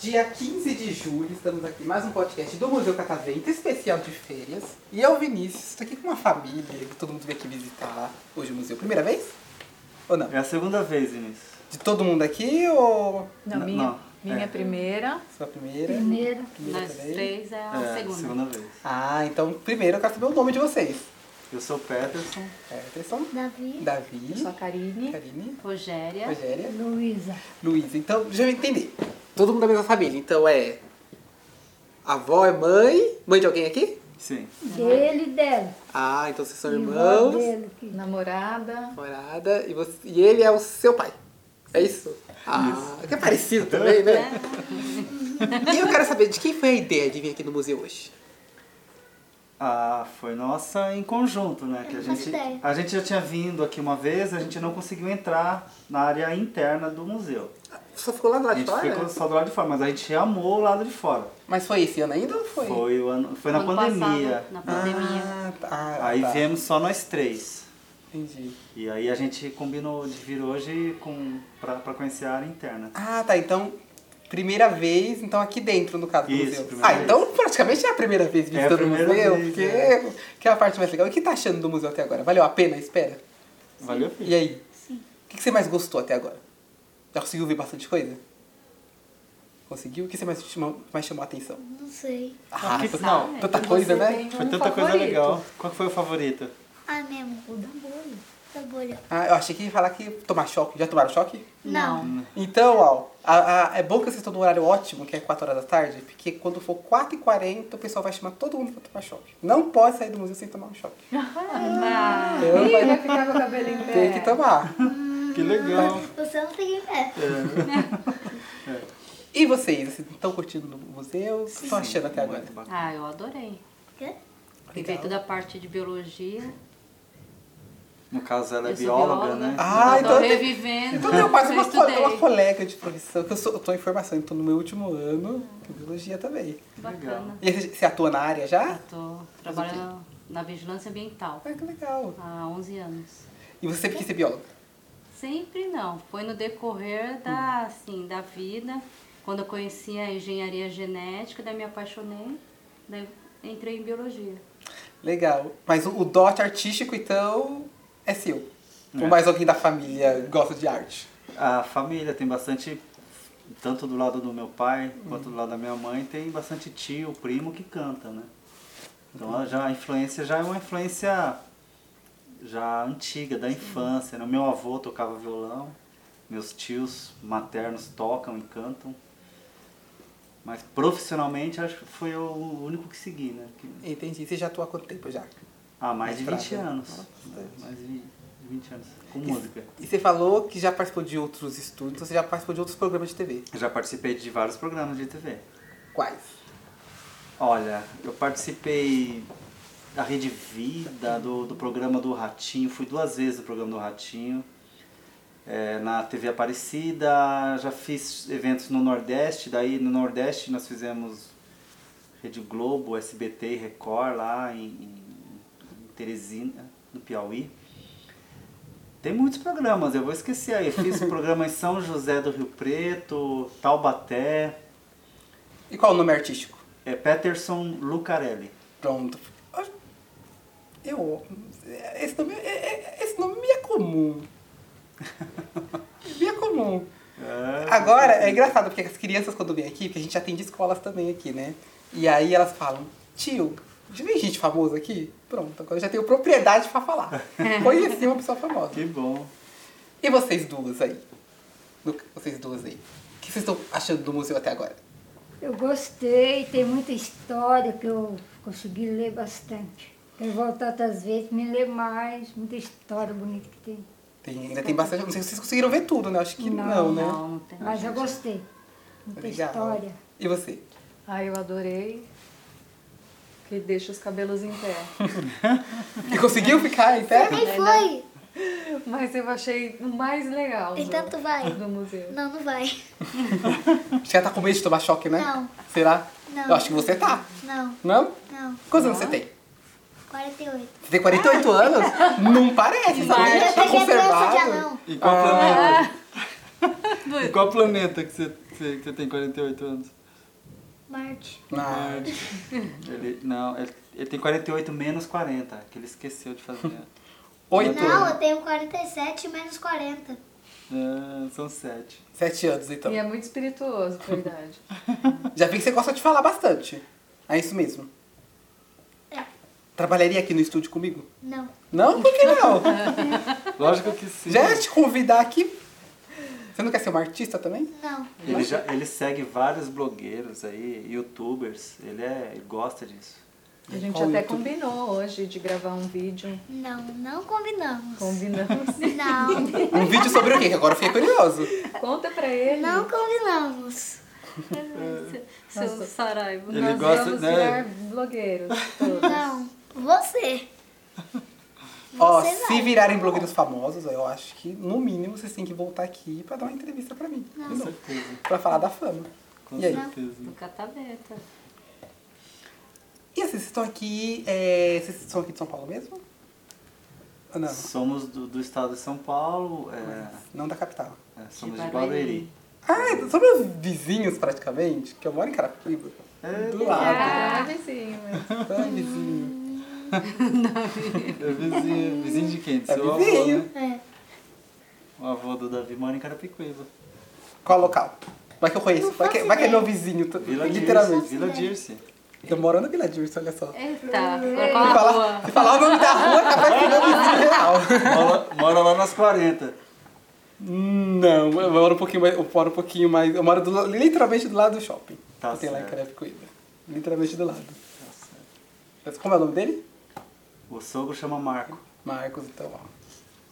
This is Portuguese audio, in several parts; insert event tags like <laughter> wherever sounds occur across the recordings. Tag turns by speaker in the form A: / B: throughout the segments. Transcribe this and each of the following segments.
A: Dia 15 de julho, estamos aqui mais um podcast do Museu Catavento, especial de férias. E eu, Vinícius, estou aqui com uma família que todo mundo veio aqui visitar hoje o museu. Primeira vez? Ou não?
B: É a segunda vez, Vinícius.
A: De todo mundo aqui ou
C: Não,
B: N-
C: minha,
B: não,
C: minha
B: é.
C: primeira.
A: sua primeira?
D: Primeira.
A: Primeira
C: Nós
A: também?
C: três é a
B: é,
C: segunda.
B: segunda vez.
A: Ah, então primeiro eu quero saber o nome de vocês.
B: Eu sou o Peterson.
A: É, vocês são
D: Davi.
A: Davi,
C: Eu sou a Karine,
A: Karine,
E: É.
C: Rogéria,
A: Rogéria,
D: Luísa.
A: Luísa. Então, já me entender. Todo mundo da mesma família. Então é. Avó é mãe. Mãe de alguém aqui?
C: É.
B: Sim.
D: Dele e dela.
A: Ah, então vocês são
D: E vó
A: irmãos.
D: Dele, que...
C: namorada.
A: Namorada. E, você- e ele é o seu pai. É isso? Ah, que é parecido também, né? e eu quero saber de quem foi a ideia de vir aqui no museu hoje.
B: Ah, foi nossa em conjunto, né? Que a,
D: faço
B: gente,
D: ideia.
B: a gente já tinha vindo aqui uma vez, a gente não conseguiu entrar na área interna do museu.
A: Só ficou lá do
B: A
A: lado de
B: gente
A: fora?
B: ficou só do lado de fora, mas a gente amou o lado de fora.
A: Mas foi esse ano ainda ou foi?
B: Foi, o ano, foi na
C: Ano
B: pandemia.
C: passado, na pandemia.
A: Ah, tá. Ah,
B: Aí
A: tá.
B: viemos só nós três.
A: Entendi.
B: E aí a gente combinou de vir hoje com, pra, pra conhecer a área interna.
A: Ah, tá. Então, primeira vez, então aqui dentro, no caso do
B: Isso,
A: museu.
B: primeira
A: Ah,
B: vez.
A: então praticamente é a primeira vez
B: É a
A: visitando o
B: primeira
A: museu,
B: vez,
A: porque
B: é.
A: que é a parte mais legal. E o que tá achando do museu até agora? Valeu a pena a espera?
B: Valeu a pena.
A: E aí? O que que você mais gostou até agora? Já conseguiu ver bastante coisa? Conseguiu? O que você mais chamou, mais chamou a atenção?
F: Uhum.
D: Não sei.
A: Ah,
B: que
A: foi-
C: sabe,
A: não,
C: é
A: tanta
C: que
A: coisa,
C: você
A: né?
C: tem-
B: Foi
C: Um
B: tanta coisa
C: favorito.
B: legal. Qual que foi o favorito?
D: Ah, mesmo. O da bolha. Da bolha.
A: Ah, eu achei que ia falar que tomar choque. Já tomaram choque?
D: Não.
A: Então, ó, a- a- é bom que vocês estão no horário ótimo, que é 4 horas da tarde, porque quando for 4h40, o pessoal vai chamar todo mundo pra tomar choque. Não pode sair do museu sem tomar um choque.
C: Ah,
A: Então
C: Ih, vai
A: vai
C: ficar com o cabelo em
E: É.
C: pé.
A: ter que tá- tomar.
B: Que legal.
D: Você não tem
F: é.
D: pé.
A: E vocês, vocês estão curtindo o museu? O que estão achando até agora?
B: Muito bacana.
C: Ah, eu adorei.
D: Quê?
C: Levei
A: Legal.
C: toda a parte de biologia.
B: No caso, ela é
C: Eu sou
B: bióloga,
C: bióloga.
B: né?
A: Ah,
C: eu
A: então
C: tô
A: tem-
C: revivendo.
A: Então tem quase
C: eu
A: uma, co-
C: estudei.
A: uma colega de profissão, que eu, sou, eu tô em formação, então no meu último ano, de biologia também.
C: Bacana.
A: E aí, você, você atua na área já?
C: Eu tô trabalhando na vigilância ambiental
A: Ah, que legal.
C: há 11 anos.
A: E você sempre quis ser biólogo?
C: Sempre não. Foi no decorrer da, assim, da vida. Quando eu conheci a engenharia genética, daí me apaixonei, daí entrei em biologia.
A: Legal. Mas o, o dote artístico, então, é seu. Ou
B: É.
A: mais alguém da família gosta de arte?
B: A família tem bastante, tanto do lado do meu pai quanto do lado da minha mãe, tem bastante tio, primo que canta, né? Então a- já, a influência já é uma influência já antiga, da infância. Né? Meu avô tocava violão, meus tios maternos tocam e cantam. Mas profissionalmente acho que foi eu o único que segui, né? Que-
A: Entendi. Você já atua há quanto tempo já?
B: Ah, mais de
A: Mestrado.
B: 20 anos. Mais de 20 anos. Com música.
A: E você falou que já participou de outros estudos, então você já participou de outros programas de TV.
B: Eu já participei de vários programas de TV.
A: Quais?
B: Olha, eu participei da Rede Vida, do, do programa do Ratinho, fui duas vezes no programa do Ratinho. É, na TV Aparecida, já fiz eventos no Nordeste, daí no Nordeste nós fizemos Rede Globo, SBT e Record lá em, em- em Teresina, no Piauí. Tem muitos programas, eu vou esquecer aí. Eu fiz programa em São José do Rio Preto, Taubaté,
A: E qual o nome artístico?
B: é Peterson Lucarelli.
A: Pronto. Eu. Esse nome, é- é- esse nome me é comum. me é comum. Agora, é engraçado, porque as crianças quando vêm aqui, porque a gente já tem de escolas também aqui, né? E aí elas falam, tio, já vem gente famosa aqui? Pronto, agora eu já tenho propriedade pra falar. Conheci uma pessoa famosa.
B: Que bom.
A: E vocês duas aí? No- Vocês duas aí. O que vocês estão achando do museu até agora?
D: Eu gostei. Tem muita história que eu consegui ler bastante. Quero voltar outras vezes, me ler mais. Muita história bonita que tem.
A: Tem, ainda tem bastante. Não sei se vocês conseguiram ver tudo, né? Acho que não, né?
C: Não, não tem.
D: Mas eu gostei. Muita
A: Legal.
D: história.
A: E você?
E: Ai, eu adorei. Que deixa os cabelos em pé.
A: E conseguiu ficar em pé?
F: Nem foi.
E: Mas eu achei o mais legal do,
F: Então tu vai.
E: do museu.
F: Não, não vai.
A: Você já tá com medo de tomar choque, né?
F: Não.
A: Será?
F: Não.
A: Eu acho que você tá.
F: Não,
A: Não?
F: não.
A: Quantos anos você tem?
F: 48.
A: Você tem 48 anos? Não parece,
C: Não
A: sabe?
C: parece.
A: Tá
F: Porque é criança de
A: conservado.
F: anão.
B: Em qual planeta?
A: É.
B: <laughs> em qual planeta que você, você- que você tem 48 anos?
F: Marte.
A: Não.
B: Ele, não, ele, ele tem 48 menos 40, que ele esqueceu de fazer.
A: Oito
F: Não,
A: anos.
F: eu tenho 47 menos 40.
B: <laughs> É, são 7.
A: Sete anos, então.
E: E é muito espirituoso, verdade.
A: Já vi que você gosta de falar bastante. É isso mesmo.
F: É.
A: Trabalharia aqui no estúdio comigo?
F: Não.
A: Não? Por que não?
B: Lógico que sim.
A: Já ia te convidar aqui. Você não quer ser uma artista também?
F: Não.
B: Ele, já, ele segue vários blogueiros aí, youtubers, ele, é, ele gosta disso.
E: A gente
A: Qual
E: até
A: YouTube?
E: combinou hoje de gravar um vídeo.
F: Não, não combinamos.
E: Combinamos.
F: Não,
A: Um vídeo sobre o quê? Que agora eu fiquei curioso.
E: Conta pra ele.
F: não combinamos.
C: Seu Saraiva.
B: Ele
E: Nós
B: gosta,
E: vamos
B: né?
E: virar
C: <laughs>
E: blogueiros todos.
F: Não. Você.
A: Ó,
F: Você
A: se
F: vai.
A: virarem blogueiros famosos, eu acho que no mínimo vocês têm que voltar aqui pra dar uma entrevista pra mim.
B: Com certeza,
A: Pra falar da fama.
B: com
A: Ah, E aí?
B: certeza.
C: Do Catabeta.
A: E assim, vocês estão aqui. é, Vocês são aqui de São Paulo mesmo? Ou não?
B: Somos do, do estado de São Paulo, é,
A: Não da capital.
B: é, somos
C: De
B: de Barueri.
A: Ah, são meus vizinhos praticamente, que eu moro em Carapicuíba.
B: É,
A: do lado.
E: Ah, vizinho. mas-
A: Então é vizinho.
B: É vizinho, vizinho de quem? Do
A: É
B: seu
A: vizinho.
B: avô, né?
F: É.
B: O avô do Davi mora em Carapicuíba.
A: Qual local? Vai que eu conheço. Vai que,
F: faço
A: vai que é
F: ideia.
A: meu vizinho, t-
B: Vila Dirce.
A: literalmente.
B: Vila Dirce.
A: Eu moro na Vila Dirce, olha só.
C: Eita, agora qual
A: Se
C: a
A: falar,
C: rua?
A: se falar o nome da rua, capaz que é meu vizinho real.
B: Mora, mora lá nas 40.
A: Não, eu moro um pouquinho mais. Eu moro um pouquinho mais. Eu moro do la- literalmente do lado do shopping.
B: Tá
A: que tem lá em
B: certo.
A: Carapicuíba. Literalmente do lado. Mas como é o nome dele?
B: O sogro chama Marco.
A: Marcos, então, ó.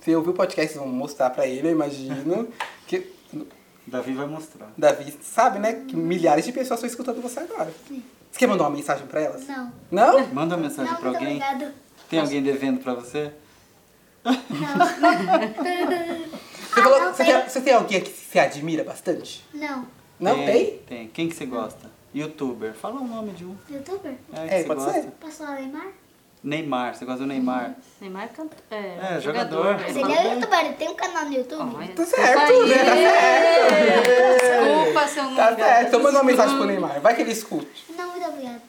A: Se ouvir o podcast, vocês vão mostrar pra ele, eu
B: <laughs>
A: imagino. que
B: Davi vai mostrar.
A: Davi sabe, né? Que milhares de pessoas estão escutando você agora. Você quer mandar uma mensagem pra elas?
F: Não.
A: Não?
B: Manda uma mensagem
F: Não,
B: pra
F: muito
B: alguém.
F: obrigado.
B: Tem alguém devendo pra você?
A: Você, falou- você tem, você tem alguém que se admira bastante?
F: Não.
A: Não tem?
B: Tem. Quem que você gosta? Youtuber. Fala o nome de um.
F: Youtuber?
B: É, que
A: É,
B: você
A: pode
B: gosta.
A: ser.
F: Posso falar Neymar?
B: Neymar. Você gosta do Neymar?
C: Neymar é cantor.
B: É, jogador.
F: Mas ele é youtuber, ele tem um canal no YouTube.
C: Olha,
A: Tá certo, né? Tá certo.
C: Desculpa se eu não
A: Tá certo. Então manda uma mensagem pro Neymar. Vai que ele escute.
F: Não, muito obrigado.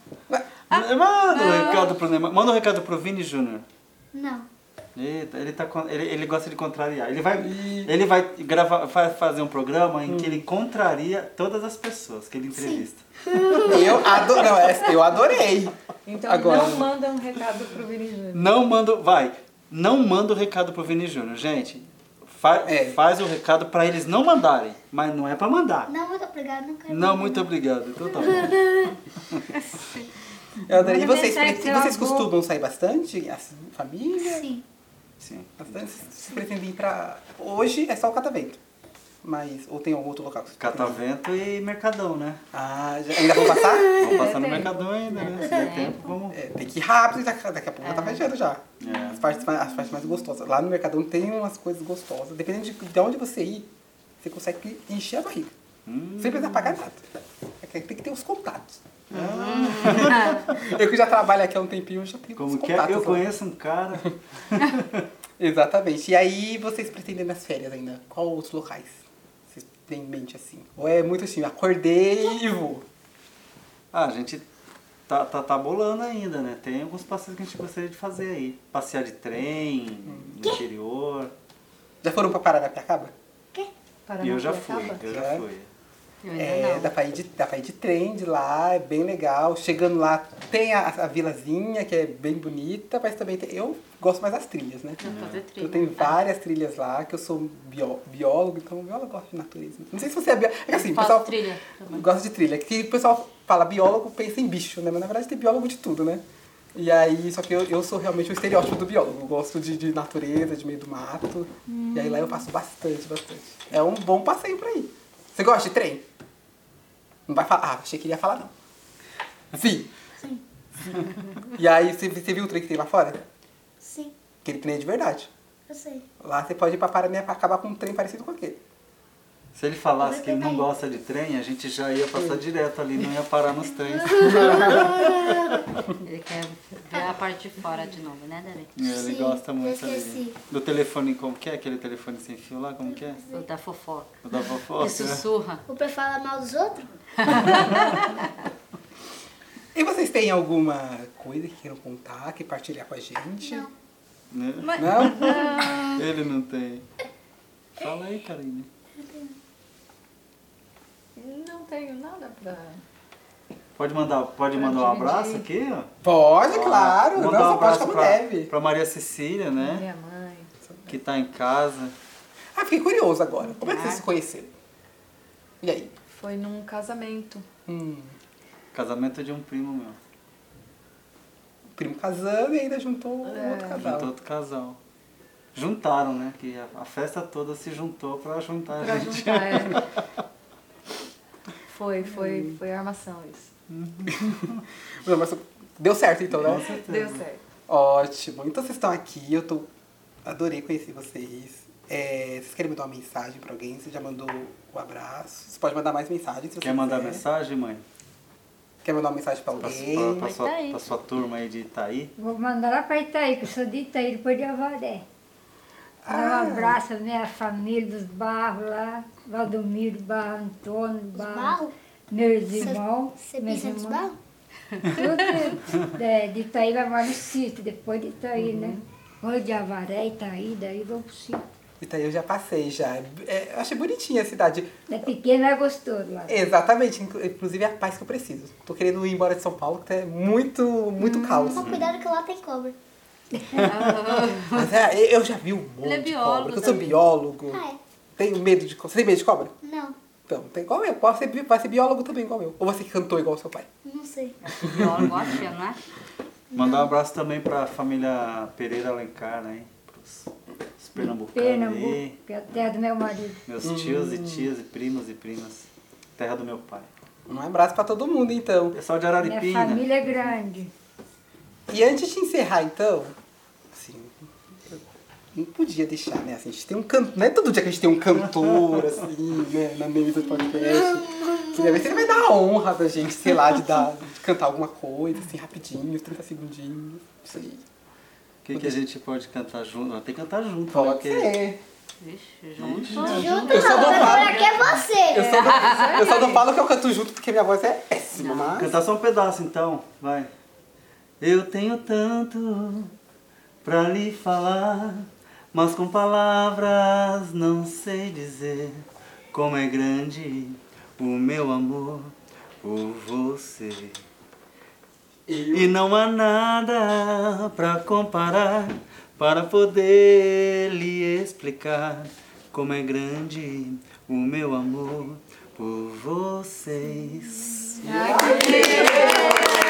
F: Ah.
B: Manda um recado pro Neymar. Manda um recado pro Vini Júnior.
F: Não.
B: Eita, ele, tá, con- ele, ele gosta de contrariar. Ele vai, ele vai gravar, vai fazer um programa em que
A: Hum.
B: ele contraria todas as pessoas que ele entrevista.
A: Eu, adoro, não, essa eu adorei.
E: Então
A: Agora.
E: não manda um recado pro Vini Júnior.
B: Não manda. Vai, não manda o recado pro Vini Júnior, gente. Fa-
A: É.
B: Faz o recado pra eles não mandarem, mas não é pra mandar.
F: Não, muito obrigado. Não quero.
B: Não, muito obrigado. Então tá bom.
A: Eu adorei. E
C: Manda
A: vocês,
C: mensagem
A: pre-
C: pro
A: vocês
C: avô.
A: costumam sair bastante? Assim, família?
F: Sim.
B: Sim.
A: Bastante. Vocês pretendem ir pra... Hoje é só o catavento. Mas... Ou tem algum outro local? que vocês pretendem?
B: Catavento tá e Mercadão, né?
A: Ah, já, ainda vão passar?
B: Vamos passar no Mercadão ainda, né? Se der tempo, vamos.
A: É, tem que ir rápido, daqui, daqui a pouco tá fechando já.
B: É.
A: As, partes, mais- as partes mais gostosas. Lá no Mercadão tem umas coisas gostosas. Dependendo de, de onde você ir, você consegue encher a barriga.
B: Hum.
A: Sem precisar pagar nada. É que Tem que ter os contatos. eu que já trabalho aqui há um tempinho, eu já tenho
B: Como
A: os
B: que é?
A: contatos.
B: Eu
A: lá.
B: conheço um cara.
A: Exatamente. E aí, vocês pretendem nas férias ainda? Qual outros locais? Vocês têm em mente assim? Ou é muito assim, acordei e vou.
B: Ah, a gente tá, tá, tá bolando ainda, né? Tem alguns passeios que a gente gostaria de fazer aí. Passear de trem, no interior.
A: Já foram pra Paranapiacaba?
E: Para
B: E eu
E: não
B: já
E: ter
B: fui,
E: acaba.
B: eu já
A: É.
B: fui.
C: Eu ainda
A: É,
C: não.
A: dá pra, ir de, dá pra ir de trem de lá, é bem legal. Chegando lá, tem a, a vilazinha, que é bem bonita, mas também tem, eu gosto mais das trilhas, né?
C: Não, fazer trilha.
A: Eu tenho várias trilhas lá, que eu sou bio- biólogo, então biólogo gosta de natureza. Não sei se você é biólogo. É que assim, o
C: Faço
A: pessoal
C: trilha também.
A: gosta de trilha. Que o pessoal fala biólogo, pensa em bicho, né? Mas na verdade tem biólogo de tudo, né? E aí, só que eu, eu sou realmente o estereótipo do biólogo. Eu gosto de, de natureza, de meio do mato. E aí lá eu passo bastante, bastante. É um bom passeio pra ir. Você gosta de trem? Não vai falar. Ah, achei que ele ia falar não. Sim. E aí, você, você viu o trem que tem lá fora?
F: Sim.
A: Aquele trem é de verdade.
F: Eu sei.
A: Lá você pode ir pra Paraná pra acabar com um trem parecido com aquele.
B: Se ele falasse que ele não gosta de trem, a gente já ia passar direto ali, não ia parar nos trens.
C: Ele quer ver a parte de fora de novo, né, Derek?
B: Ele
F: Sim,
B: gosta
F: eu
B: muito ali.
F: esqueci.
B: Do telefone, como que é? Aquele telefone sem fio lá, como que é?
C: O da fofoca.
B: O da né? vovó.
C: E sussurra.
F: Ou pra falar mal dos outros?
A: E vocês têm alguma coisa que queiram contar, que partilhar com a gente?
F: Não.
B: né?
C: Mas-
A: Não?
B: Ele não tem. Fala aí, Karine.
E: Não tenho nada pra.
B: Pode mandar, pode
E: Pra
B: mandar um
E: dividir.
B: abraço aqui, ó.
A: Pode,
B: Ó,
A: É claro. Não,
B: Mandar um
A: só pode
B: abraço
A: como
B: pra,
A: deve.
B: pra Maria Cecília, né?
E: Minha mãe.
B: Que tá em casa.
A: Ah, fiquei curioso agora. Como é que vocês se conheceram? E aí?
E: Foi num casamento.
A: Hum,
B: Casamento de um primo meu.
A: o primo casando e ainda juntou um outro casal.
B: Juntou outro casal. Juntaram, né? Que a, a festa toda se juntou pra juntar
E: Pra
B: a Ah, gente.
E: juntar, é.
B: <laughs>
E: Foi, foi, foi armação isso.
A: Não, mas deu certo então, né?
E: Deu certo.
A: Ótimo. Então vocês estão aqui, eu tô. Adorei conhecer vocês. É, vocês querem mandar uma mensagem pra alguém? Você já mandou o abraço? Você pode mandar mais mensagens se você
B: Quer mandar
A: quiser.
B: mensagem, mãe?
A: Quer mandar uma mensagem pra
B: Pra,
A: alguém?
B: pra- pra sua,
C: Itaí.
B: pra sua turma aí de Itaí?
D: Vou mandar lá para Itaí, que eu sou de Itaí, depois de Avaré. Dar um abraço à minha família dos Barros lá, Valdomiro, Barro, Antônio, Barro, é
F: Barro?
D: meus
F: Você-
D: irmãos.
F: Você
D: meus
F: pensa nos
D: irmãos.
F: barro?
D: Tudo é, de Itaí vai morar no sítio, depois de Itaí, né? Vou de Avaré, Itaí, daí vou pro sítio.
A: Então eu já passei já. É, eu achei bonitinha a cidade.
D: Da pequena é gostoso lá.
A: Exatamente, inclu- inclusive é a paz que eu preciso. Tô querendo ir embora de São Paulo, que é muito, muito
C: Hum.
A: caos.
F: Só Então, cuidado que lá tem cobra.
A: Mas é, eu já vi um monte
C: Ele é
A: de
C: biólogo
A: cobra. Eu sou
C: também.
A: biólogo.
F: Ah, é?
A: Tenho medo de cobra. Você tem medo de cobra?
F: Não,
A: Então, tem igual eu. Pode ser, bi- vai ser biólogo também, igual eu. Ou você que cantou igual seu pai.
F: não sei.
C: Biólogo, acha, não é?
B: Mandar um abraço também pra família Pereira Alencar, né? Pros, os pernambucanos aí.
D: Pernambuco, que é a terra do meu marido.
B: Meus tios e tias e primos e primas. Terra do meu pai.
A: Um abraço pra todo mundo, então.
B: Pessoal de né?
D: Minha
B: Araripina.
D: família é grande.
A: E antes de encerrar, então, assim, eu não podia deixar, né? Assim, a gente tem um cantor. Não é todo dia que a gente tem um cantor, assim, né? Na mesa do podcast. Queria ver se ele vai dar a honra da gente, sei lá, de, dar, de cantar alguma coisa, assim, rapidinho, 30 segundinhos. Não sei.
B: O que, que a gente pode cantar junto? Não, Tem que cantar junto, né?
A: Pode
B: Porque
A: ser.
C: Vixe, junto.
F: Junto
A: Eu só
F: não,
A: dou
F: agora
A: barro.
F: aqui é
A: Eu
F: você.
A: só, não, eu só não falo que eu canto junto porque minha voz é péssima, mas.
B: Cantar só um pedaço então, vai. Eu tenho tanto pra lhe falar, mas com palavras não sei dizer como é grande o meu amor por você. E não há nada pra comparar, para poder lhe explicar como é grande o meu amor por vocês.
E: Ai, que lindo!